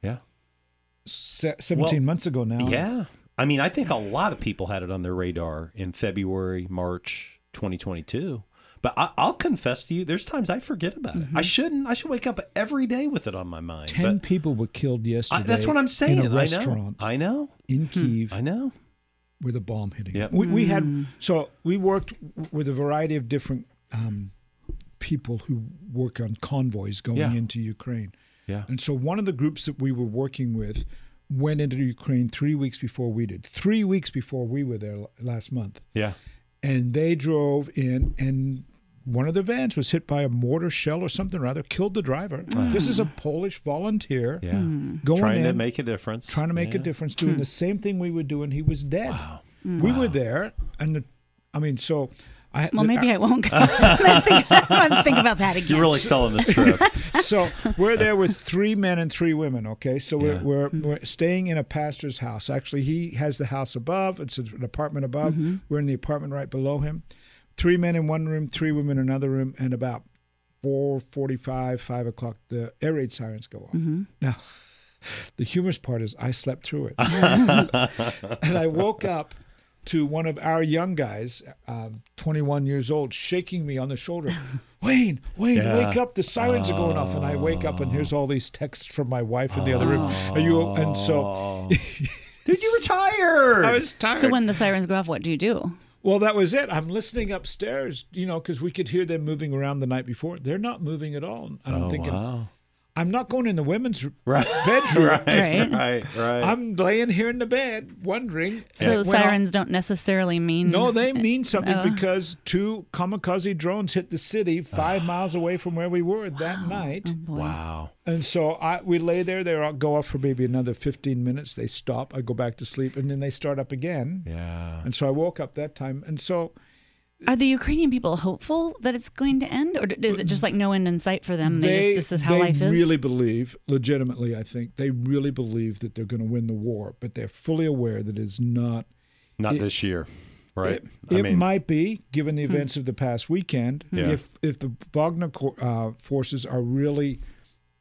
S10: Yeah.
S2: se- 17
S1: Well,
S2: months ago now.
S1: Yeah.
S10: I mean, I think a lot of people had it on their radar in February, March 2022. But I, I'll confess to you, there's times I forget about
S3: Mm-hmm.
S10: it. I shouldn't. I should wake up every day with it on my mind.
S2: Ten
S10: but
S2: people were killed yesterday.
S10: I, that's what I'm saying.
S2: In a restaurant
S10: I know.
S2: in Kiev
S10: I know. I know.
S2: with a bomb hitting.
S10: Yep.
S2: it. We, we had so we worked w- with a variety of different um, people who work on convoys going
S10: Yeah.
S2: into Ukraine,
S10: Yeah.
S2: and so one of the groups that we were working with went into Ukraine three weeks before we did. Three weeks before we were there l- last month,
S10: Yeah.
S2: and they drove in and. One of the vans was hit by a mortar shell or something or other, killed the driver. This is a Polish volunteer
S10: Yeah.
S3: Hmm.
S2: going
S1: Trying
S2: in,
S1: to make a difference.
S2: trying to make a
S10: Yeah.
S2: difference, doing the same thing we were doing. He was dead. We were there, and the, I mean, so I
S3: Well, maybe I won't go. I think, I don't think about that again.
S1: You're really selling this trip.
S2: so we're there with three men and three women. Okay, so we're, we're
S3: Hmm.
S2: we're staying in a pastor's house. Actually, he has the house above. It's an apartment above.
S3: Mm-hmm.
S2: We're in the apartment right below him. Three men in one room, three women in another room, and about four forty-five, five o'clock, the air raid sirens go off. Now. The humorous part is I slept through it. and I woke up to one of our young guys, um, 21 years old, shaking me on the shoulder. Wayne, Wayne, wake up! The sirens are going off, and I wake up, and here's all these texts from my wife in the other room. Are you? And so
S10: Dude, you retired.
S2: Oh. I was tired.
S3: So when the sirens go off, what do you do?
S2: well, that was it. I'm listening upstairs, you know, because we could hear them moving around the night before. They're not moving at all, and I'm
S10: oh,
S2: thinking,
S10: wow.
S2: I'm not going in the women's r-
S10: Right.
S2: bedroom.
S3: Right.
S10: Right. Right.
S2: I'm laying here in the bed, wondering.
S3: So
S2: when I-
S3: sirens don't necessarily mean
S2: No, they mean something
S3: Oh.
S2: because two kamikaze drones hit the city five miles away from where we were that night.
S10: wow.
S2: And so I we lay there. They all go off for maybe another 15 minutes. They stop. I go back to sleep, and then they start up again.
S10: Yeah.
S2: And so I woke up that time. And so
S3: Are the Ukrainian people hopeful that it's going to end, or is it just like no end in sight for them? They,
S2: they
S3: just this is how
S2: they
S3: life is.
S2: really believe, legitimately, I think they really believe that they're going to win the war, but they're fully aware that it's not.
S10: Not this year. Right.
S2: It, it might be, given
S3: Hmm.
S2: the events of the past weekend,
S10: Yeah.
S2: if if the Wagner cor- uh, forces are really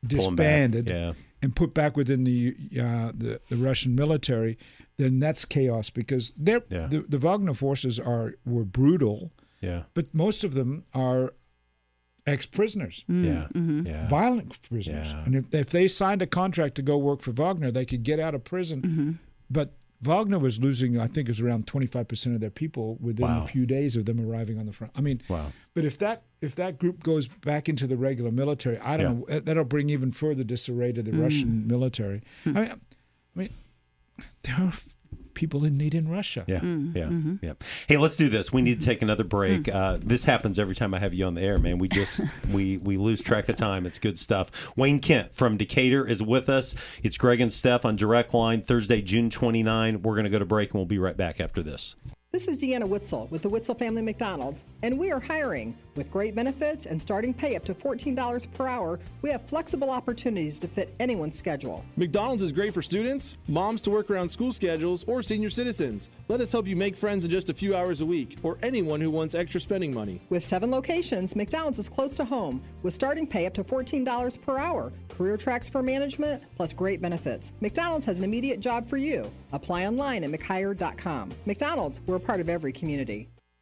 S10: pulling back.
S2: disbanded
S10: Yeah.
S2: and put back within the, uh, the the Russian military, then that's chaos because they're,
S10: Yeah.
S2: the the Wagner forces are were brutal,
S10: Yeah.
S2: but most of them are ex prisoners,
S10: Yeah. Yeah.
S2: violent prisoners,
S10: Yeah.
S2: and if, if they signed a contract to go work for Wagner, they could get out of prison, but. Wagner was losing, I think, it was around twenty five percent of their people within
S10: Wow.
S2: a few days of them arriving on the front. I mean,
S10: Wow.
S2: but if that if that group goes back into the regular military, I don't
S10: Yeah.
S2: know. that- That'll bring even further disarray to the Russian military. I mean, I mean, there are f- people in need in Russia.
S10: Yeah, yeah, yeah. Hey, let's do this. We need to take another break. Uh, this happens every time I have you on the air, man. We just we we lose track of time. It's good stuff. Wayne Kent from Decatur is with us. It's Greg and Steph on Direct Line Thursday, June 29. We're going to go to break, and we'll be right back after this.
S7: This is Deanna Witzel with the Witzel Family McDonald's, and we are hiring. With great benefits and starting pay up to $14 per hour, we have flexible opportunities to fit anyone's schedule.
S8: McDonald's is great for students, moms to work around school schedules, or senior citizens. Let us help you make friends in just a few hours a week, or anyone who wants extra spending money.
S7: With seven locations, McDonald's is close to home with starting pay up to $14 per hour, career tracks for management, plus great benefits. McDonald's has an immediate job for you. Apply online at McHire.com. McDonald's, we're a part of every community.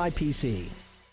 S11: IPC.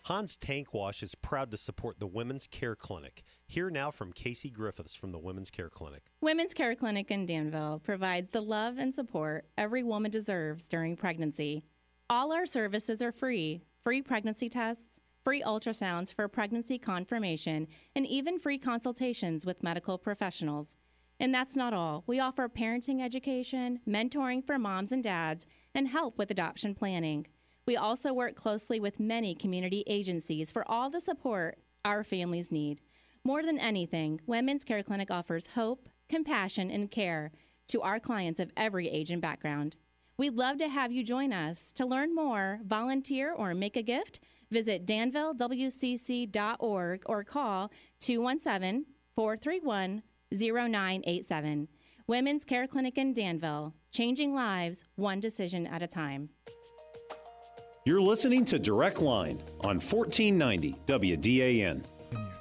S1: Hans Tank Wash is proud to support the Women's Care Clinic. Here now from Casey Griffiths from the Women's Care Clinic.
S12: Women's Care Clinic in Danville provides the love and support every woman deserves during pregnancy. All our services are free free pregnancy tests, free ultrasounds for pregnancy confirmation, and even free consultations with medical professionals. And that's not all. We offer parenting education, mentoring for moms and dads, and help with adoption planning. We also work closely with many community agencies for all the support our families need. More than anything, Women's Care Clinic offers hope, compassion, and care to our clients of every age and background. We'd love to have you join us. To learn more, volunteer, or make a gift, visit danvillewcc.org or call 217 431 0987. Women's Care Clinic in Danville, changing lives one decision at a time.
S9: You're listening to Direct Line on 1490 WDAN.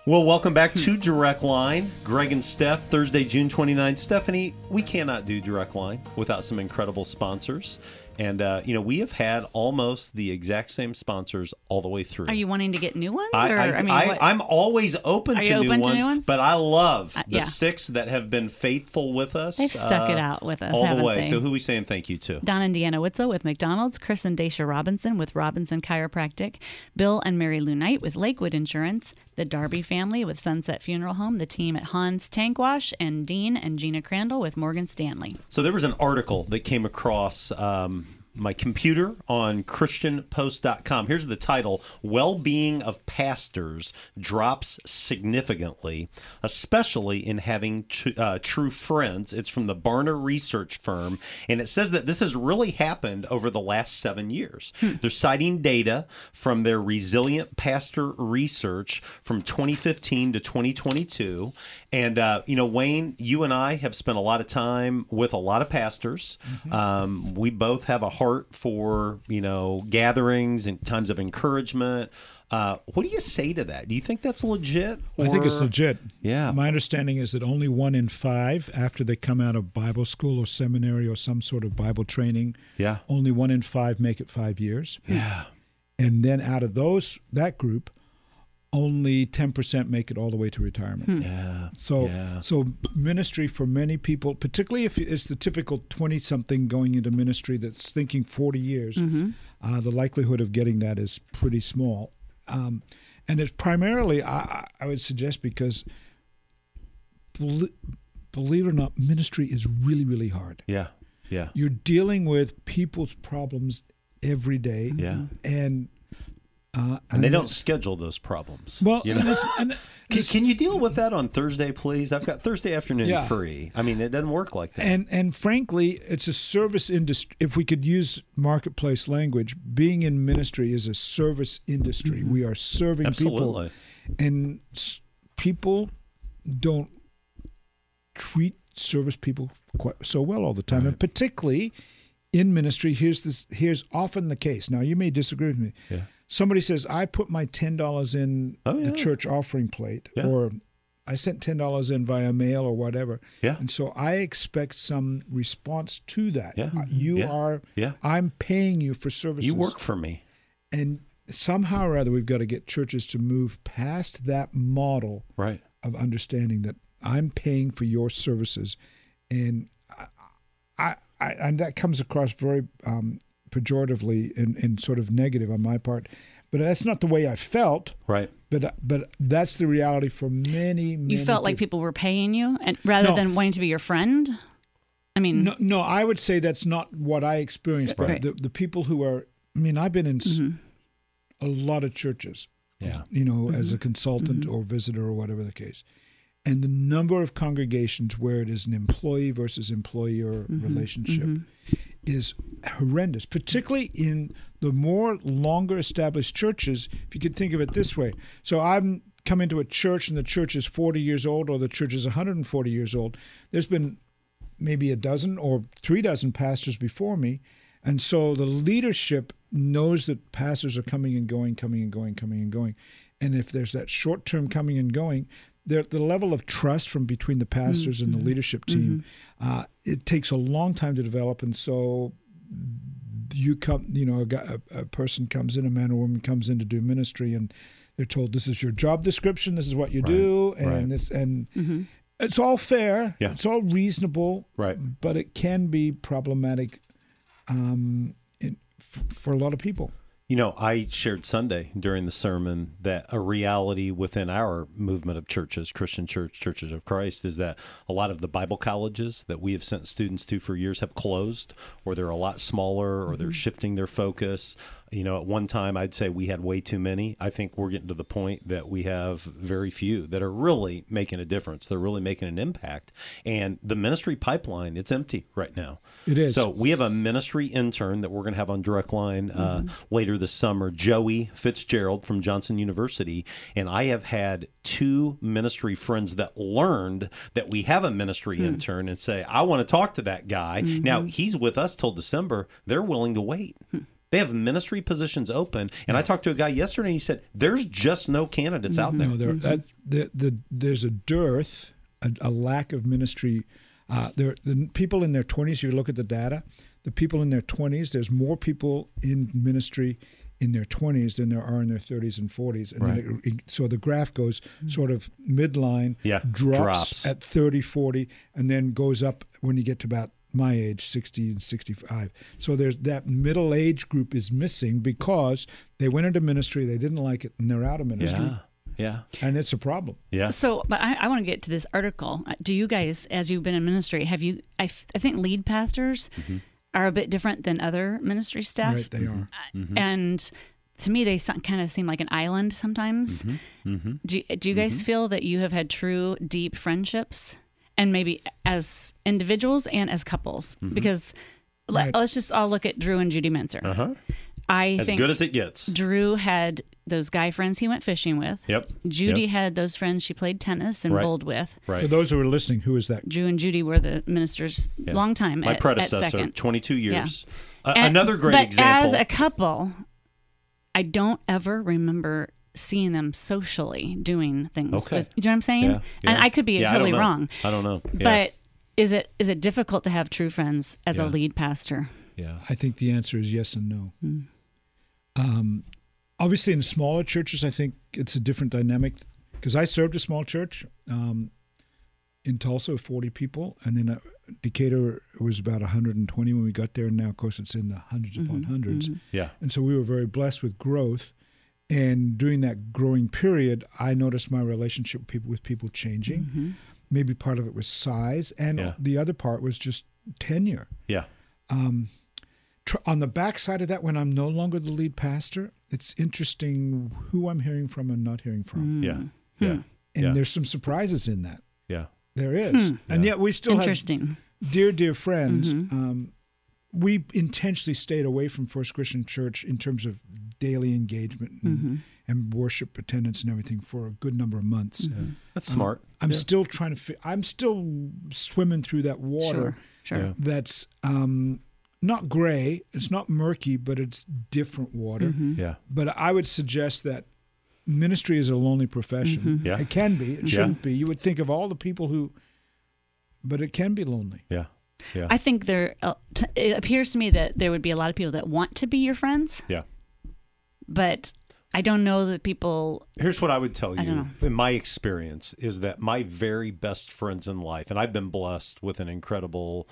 S1: Well, welcome back to Direct Line. Greg and Steph, Thursday, June 29th. Stephanie, we cannot do Direct Line without some incredible sponsors. And, uh, you know, we have had almost the exact same sponsors all the way through.
S3: Are you wanting to get new ones?
S1: I,
S3: or, I, mean, what-
S1: am always open,
S3: Are
S1: to,
S3: you
S1: new
S3: open to
S1: ones,
S3: new ones?
S1: but I love
S3: Uh,
S1: the
S3: yeah.
S1: six that have been faithful with us. uh,
S3: They've stuck it out with us,
S1: all the
S3: haven't
S1: way.
S3: they?
S1: So, who are we saying thank you to?
S3: Don and Deanna Witzel with McDonald's, Chris and Dacia Robinson with Robinson Chiropractic, Bill and Mary Lou Knight with Lakewood Insurance, the Darby family with Sunset Funeral Home, the team at Hans Tank Wash, and Dean and Gina Crandall with Morgan Stanley.
S1: So there was an article that came across um, my computer on ChristianPost.com. Here's the title Well being of pastors drops significantly, especially in having tr- uh, true friends. It's from the Barner Research Firm, and it says that this has really happened over the last seven years.
S3: Hmm.
S1: They're citing data from their Resilient Pastor Research from 2015 to 2022. And, uh, you know, Wayne, you and I have spent a lot of time with a lot of pastors.
S2: Mm-hmm.
S1: Um, we both have a heart for, you know, gatherings and times of encouragement. Uh, what do you say to that? Do you think that's legit?
S2: I think it's
S1: or-
S2: legit.
S1: Yeah.
S2: My understanding is that only one in five, after they come out of Bible school or seminary or some sort of Bible training,
S1: Yeah.
S2: only one in five make it five years.
S1: Yeah.
S2: And then out of those, that group, only 10% make it all the way to retirement.
S1: Yeah.
S2: So,
S1: yeah.
S2: so ministry for many people, particularly if it's the typical twenty-something going into ministry that's thinking forty years, uh, the likelihood of getting that is pretty small. Um, and it's primarily, I- I, I would suggest, because bel- believe it or not, ministry is really, really hard.
S1: Yeah. Yeah.
S2: You're dealing with people's problems every day.
S1: Yeah.
S2: and uh,
S1: And they
S2: I'm-
S1: don't schedule those problems.
S2: Well,
S1: you
S2: and
S1: know?
S2: this- and
S1: Can, can you deal with that on Thursday, please? I've got Thursday afternoon
S2: Yeah.
S1: free. I mean, it doesn't work like that.
S2: And and frankly, it's a service industry. If we could use marketplace language, being in ministry is a service industry. We are serving
S1: Absolutely.
S2: people, and s- people don't treat service people quite so well all the time, and particularly in ministry. Here's this. Here's often the case. Now you may disagree with me.
S1: Yeah.
S2: Somebody says, "I put my ten dollars in
S1: Oh, yeah.
S2: the church offering plate,"
S1: Yeah.
S2: or I sent ten dollars in via mail or whatever.
S1: Yeah.
S2: And so I expect some response to that.
S1: Yeah. Mm-hmm.
S2: Uh, You
S1: Yeah.
S2: are
S1: Yeah.
S2: I'm paying you for services.
S1: You work for me.
S2: and somehow or other we've got to get churches to move past that model
S1: Right.
S2: of understanding that I'm paying for your services and I I, I and that comes across very um, pejoratively and, and sort of negative on my part, but that's not the way I felt.
S1: Right.
S2: But but that's the reality for many. many
S3: You felt like people were paying you, and rather
S2: No.
S3: than wanting to be your friend. I mean,
S2: No, no, I would say that's not what I experienced. But
S3: Right.
S2: the, the people who are, I mean, I've been in s a a lot of churches,
S1: Yeah.
S2: you know, as a
S1: Mhm.
S2: consultant
S1: Mhm.
S2: or visitor or whatever the case. And the number of congregations where it is an employee versus employer
S1: Mhm.
S2: relationship
S1: Mhm.
S2: is horrendous, particularly in the more longer established churches. If you could think of it this way, so I'm come into a church and the church is 40 years old or the church is 140 years old. There's been maybe a dozen or three dozen pastors before me, and so the leadership knows that pastors are coming and going, coming and going, coming and going, and if there's that short term coming and going. there- The level of trust from between the pastors and the
S1: Mhm.
S2: leadership team uh, it takes a long time to develop, and so you come, you know, a, guy, a, a person comes in, a man or woman comes in to do ministry, and they're told this is your job description, this is what you do, and
S1: right.
S2: this, and it's all fair,
S1: Yeah.
S2: it's all reasonable,
S1: Right.
S2: But it can be problematic um, in, f- for a lot of people.
S1: You know, I shared Sunday during the sermon that a reality within our movement of churches, Christian church, churches of Christ, is that a lot of the Bible colleges that we have sent students to for years have closed, or they're a lot smaller, or
S2: Mm-hmm.
S1: they're
S11: Mhm.
S1: shifting their focus. You know, at one time, I'd say we had way too many. I think we're getting to the point that we have very few that are really making a difference. They're really making an impact. And the ministry pipeline, it's empty right now.
S2: It is.
S1: So Uh, we have a ministry intern that we're going to have on Direct Line uh,
S11: Mhm.
S1: later this summer, Joey Fitzgerald from Johnson University. And I have had two ministry friends that learned that we have a ministry
S11: Hmm.
S1: intern and say, I want to talk to that guy. Now,
S11: Mhm.
S1: he's with us till December. They're willing to wait. They have ministry positions open. And I talked to a guy yesterday and he said, There's just no candidates out there.
S2: No, there, uh, the, the, there's a dearth, a, a lack of ministry. Uh, there, the people in their 20s, if you look at the data, the people in their 20s, there's more people in ministry in their 20s than there are in their 30s and 40s. And then
S1: Right. Mm.
S2: it, it- so the graph goes sort of midline,
S1: Yeah,
S2: drops,
S1: drops.
S2: at 30, 40, and then goes up when you get to about my age, 60 and 65. So there's that middle age group is missing because they went into ministry, they didn't like it, and they're out of ministry
S1: Yeah. Yeah.
S2: and it's a problem.
S1: Yeah.
S3: So, but I, I want to get to this article. Uh, Do you guys, as you've been in ministry, have you? I, f- I think lead pastors are a bit different than other ministry staff.
S2: Mm-hmm. Right, they are.
S3: Uh,
S1: Mm-hmm.
S3: And to me, they kind of seem like an island sometimes.
S1: Mm-hmm.
S3: Do, do you guys feel that you have had true, deep friendships, and maybe as individuals and as couples?
S1: Mhm.
S3: Because let,
S1: Right.
S3: us just all look at Drew and Judy Menzer.
S1: Uh huh.
S3: I
S1: As
S3: think
S1: good as it gets.
S3: Drew had those guy friends he went fishing with.
S1: Yep.
S3: Judy
S1: Yep.
S3: had those friends she played tennis and
S1: Right.
S3: bowled with.
S2: For those who are listening, who is that?
S3: Drew and Judy were the ministers
S1: Yeah.
S3: long time.
S1: My
S3: at- at
S1: predecessor,
S3: second.
S1: 22 years.
S3: Yeah.
S1: A-
S3: And-
S1: another great
S3: but
S1: example.
S3: As a couple, I don't ever remember seeing them socially doing things.
S1: Okay.
S3: With, you know what I'm saying?
S1: Yeah, yeah.
S3: And I could be
S1: Yeah, I don't
S3: totally
S1: know.
S3: wrong.
S1: I don't know. Yeah.
S3: But is it is it difficult to have true friends as a
S2: Yeah.
S3: lead pastor?
S1: Yeah.
S2: I think the answer is yes and no. Um, obviously, in smaller churches, I think it's a different dynamic because I served a small church um, in Tulsa with 40 people, and then uh, Decatur was about 120 when we got there, and now, of course, it's in the 100s upon
S1: Mhm,
S2: 100s
S1: mhm. Yeah.
S2: And so we were very blessed with growth. And during that growing period, I noticed my relationship with people, with people changing.
S1: Mhm.
S2: Maybe part of it was size, and
S1: Yeah.
S2: the other part was just tenure
S1: yeah.
S2: um, tr- on the backside of that, when I'm no longer the lead pastor, it's interesting who I'm hearing from and not hearing from.
S1: Mm. Yeah.
S3: Mm.
S1: Yeah.
S2: And
S1: yeah.
S2: there's some surprises in that.
S1: Yeah.
S2: There is.
S1: Hmm.
S2: And
S1: Yeah.
S2: yet we still
S3: Interesting.
S2: have dear, dear friends.
S1: Mm-hmm.
S2: Um, we intentionally stayed away from First Christian Church in terms of daily engagement and,
S1: Mhm.
S2: and worship attendance and everything for a good number of months.
S1: Yeah. That's
S2: Um,
S1: smart.
S2: I'm
S1: Mm-hmm. Mm. Yeah.
S2: still trying to. Fi- I'm still swimming through that water.
S1: Sure, sure. Yeah.
S2: That's um, not gray. It's not murky, but it's different water.
S1: Mhm. Yeah.
S2: But I would suggest that ministry is a lonely profession.
S1: Mhm. Yeah.
S2: It can be.
S1: Yeah.
S2: It shouldn't be. You would think of all the people who, but it can be lonely.
S1: Yeah. Yeah.
S3: I think there. uh, t- it appears to me that there would be a lot of people that want to be your friends,
S1: yeah.
S3: but I don't know that people.
S1: Here's what I would tell
S3: I don't
S1: you in my experience is that my very best friends in life, and I've been blessed with an incredible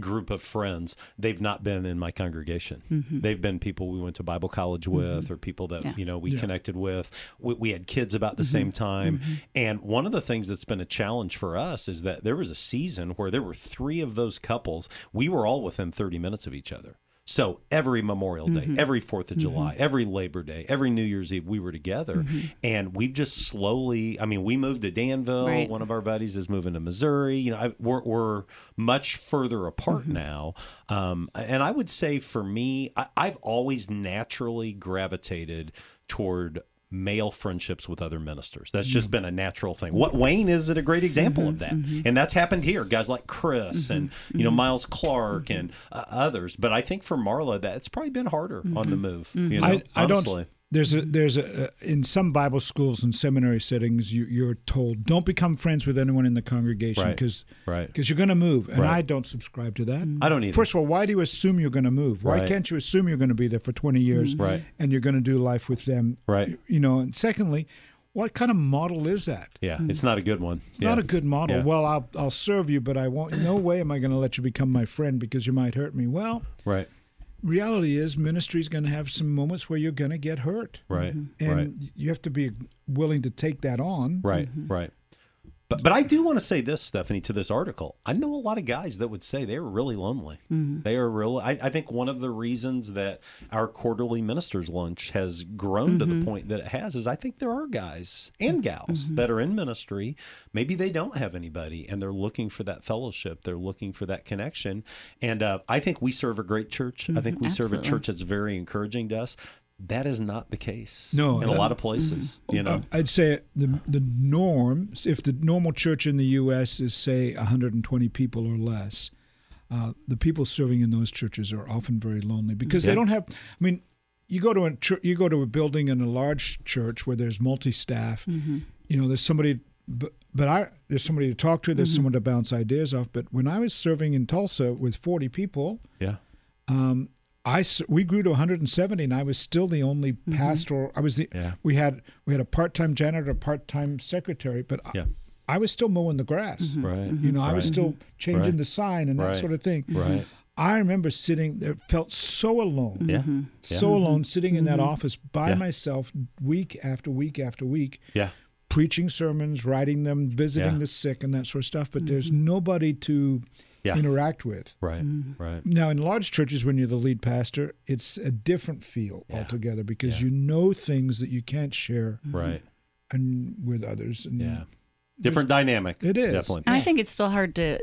S1: group of friends, they've not been in my congregation.
S3: Mhm.
S1: They've been people we went to Bible college with
S3: Mhm.
S1: or people that,
S3: Yeah.
S1: you know, we
S3: Yeah.
S1: connected with. We, we had kids about the
S3: Mhm.
S1: same time.
S3: Mhm.
S1: And one of the things that's been a challenge for us is that there was a season where there were three of those couples, we were all within 30 minutes of each other. So every Memorial Day,
S11: Mhm.
S1: every Fourth of
S11: Mhm.
S1: July, every Labor Day, every New Year's Eve, we were together.
S11: Mhm.
S1: And we've just slowly, I mean, we moved to Danville.
S11: Right.
S1: One of our buddies is moving to Missouri. You know, I, we're, we're much further apart
S2: Mm-hmm.
S1: now. Um, and I would say for me, I, I've always naturally gravitated toward male friendships with other ministers. That's
S2: Mm-hmm.
S1: just been a natural thing. What Wayne is at a great example of that. And that's happened here. Guys like Chris and,
S2: Mm-hmm.
S1: you know, Miles Clark and uh, others. But I think for Marla, that's probably been harder on the move. You know,
S2: Mm-hmm. I, I
S1: honestly.
S2: don't. There's a there's a in some Bible schools and seminary settings you, you're told don't become friends with anyone in the congregation
S1: Right.
S2: because
S1: Right.
S2: you're going to move and
S1: Right.
S2: I don't subscribe to that.
S1: I don't either.
S2: First of all, why do you assume you're going to move? Why
S1: Right.
S2: can't you assume you're going to be there for 20 years
S1: Mhm. Right.
S2: and you're going to do life with them?
S1: Right.
S2: You know. And secondly, what kind of model is that?
S1: Yeah, it's not a good one.
S2: It's mm-hmm. not a good model. Well, I'll I'll serve you, but I won't. No way am I going to let you become my friend because you might hurt me. Well,
S1: right,
S2: reality is ministry's going to have some moments where you're going to get hurt.
S1: Right,
S2: Mm-hmm. And
S1: right.
S2: y- you have to be willing to take that on.
S1: right, right. But but I do want to say this, Stephanie, to this article. I know a lot of guys that would say they were really lonely.
S11: Mhm.
S1: They are real. I, I think one of the reasons that our quarterly ministers lunch has grown to the
S11: Mhm.
S1: point that it has is I think there are guys and gals that are in ministry. Maybe they don't have anybody, and they're looking for that fellowship. They're looking for that connection. And uh, I think we serve a great church. I think
S11: Mhm,
S1: we serve a
S11: absolutely.
S1: church that's very encouraging to us. That is not the case.
S2: No, Oh,
S1: in a
S2: uh,
S1: lot of places, you know.
S2: I'd say the the norm, if the normal church in the U.S. is say 120 people or less, uh, the people serving in those churches are often very lonely because
S11: Yeah.
S2: they don't have. I mean, you go to a chur- you go to a building in a large church where there's multi-staff. You know, there's somebody, but, but I there's somebody to talk to. There's
S1: Mhm.
S2: someone to bounce ideas off. But when I was serving in Tulsa with 40 people,
S1: Yeah.
S2: um, I s- we grew to 170, and I was still the only pastoral. I was the
S1: Mm-hmm. Yeah.
S2: we had we had a part time janitor, a part time secretary, but
S1: Yeah. Mm-hmm.
S2: I, I was still mowing the grass.
S1: Right.
S2: You know, I was
S1: Right. Mm-hmm.
S2: still changing
S1: Right.
S2: the sign and that
S1: Right.
S2: sort of thing. Mm-hmm.
S1: Right.
S2: I remember sitting there, felt so alone.
S1: Yeah. Mhm. Yeah.
S2: So alone, sitting in that
S1: Mhm.
S2: office by
S1: Yeah.
S2: myself, week after week after week
S1: Yeah.
S2: preaching sermons, writing them, visiting
S1: Yeah.
S2: the sick, and that sort of stuff. But there's
S3: Mm-hmm.
S2: nobody to
S1: Yeah.
S2: interact with.
S1: Right.
S2: Mm-hmm.
S1: Right.
S2: Now, in large churches, when you're the lead pastor, it's a different feel altogether because you know things that you can't share,
S1: Right.
S2: Mm-hmm. and with others. And
S1: Yeah. Different dynamic.
S2: Mm-hmm. It is.
S1: Definitely.
S3: And I think it's still hard to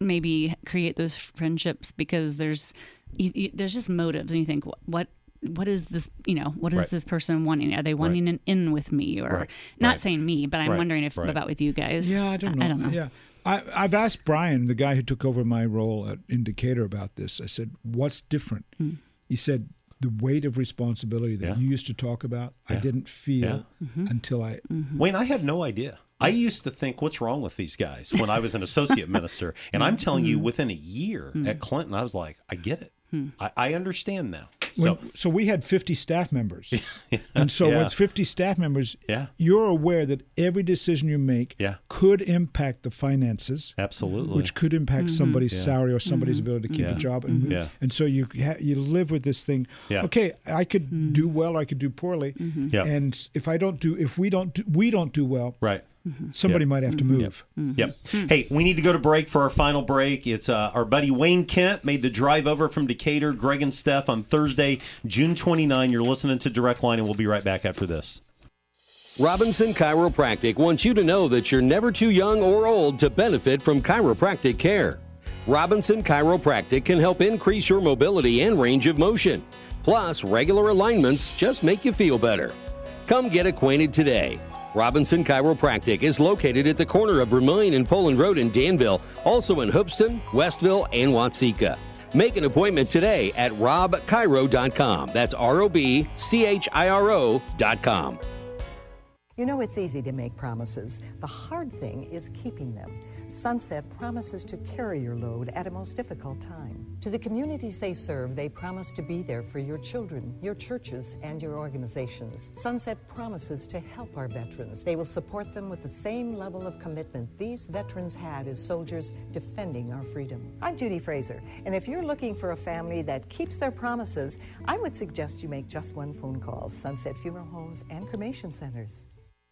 S3: maybe create those friendships because there's you, you, there's just motives, and you think "Wh- what what is this you know what is
S1: Right.
S3: this person wanting? Are they wanting an in with me or
S2: Right.
S3: not
S2: Right.
S3: saying me, but I'm
S2: Right.
S3: wondering if
S2: Right.
S3: about with you guys.
S2: Yeah, I don't know.
S3: I don't know.
S2: Yeah. I, I've asked Brian, the guy who took over my role at Indicator, about this. I said, "What's different?"
S3: Hmm.
S2: He said, "The weight of responsibility that you used to talk about, I
S1: Yeah.
S2: didn't feel
S1: Yeah.
S3: Mm-hmm.
S2: until I
S1: Wayne, I had no idea. I used to think, what's wrong with these guys when I was an associate minister? And I'm telling
S2: Mm-hmm.
S1: you, within a year at Clinton, I was like, I get it. I, I understand now.
S2: When-
S1: So,
S2: so, we had 50 staff members. And so
S1: Yeah.
S2: with 50 staff members,
S1: Yeah.
S2: you're aware that every decision you make
S1: Yeah.
S2: could impact the finances.
S1: Absolutely.
S2: Which could impact
S1: Mhm.
S2: somebody's
S1: Yeah.
S2: salary or somebody's
S1: Mhm.
S2: ability to keep
S1: Yeah.
S2: a job. And,
S1: Mhm. Yeah.
S2: and so you ha- you live with this thing.
S1: Yeah.
S2: Okay, I could do well, I could do poorly.
S1: Yeah.
S2: And s- if I don't do if we don't do, we don't do well,
S1: right.
S2: somebody
S1: Yep.
S2: might have to move.
S1: Yep.
S2: Mm-hmm.
S1: Hey, we need to go to break for our final break. It's uh, our buddy Wayne Kent made the drive over from Decatur, Greg and Steph on Thursday, June 29. You're listening to Direct Line, and we'll be right back after this.
S4: Robinson Chiropractic wants you to know that you're never too young or old to benefit from chiropractic care. Robinson Chiropractic can help increase your mobility and range of motion. Plus, regular alignments just make you feel better. Come get acquainted today. Robinson Chiropractic is located at the corner of Vermillion and Poland Road in Danville, also in Hoopston, Westville, and Watsika. Make an appointment today at robchiro.com. That's R O B C H I R O.com.
S5: You know, it's easy to make promises. The hard thing is keeping them. Sunset promises to carry your load at a most difficult time. To the communities they serve, they promise to be there for your children, your churches, and your organizations. Sunset promises to help our veterans. They will support them with the same level of commitment these veterans had as soldiers defending our freedom. I'm Judy Fraser, and if you're looking for a family that keeps their promises, I would suggest you make just one phone call Sunset Funeral Homes and Cremation Centers.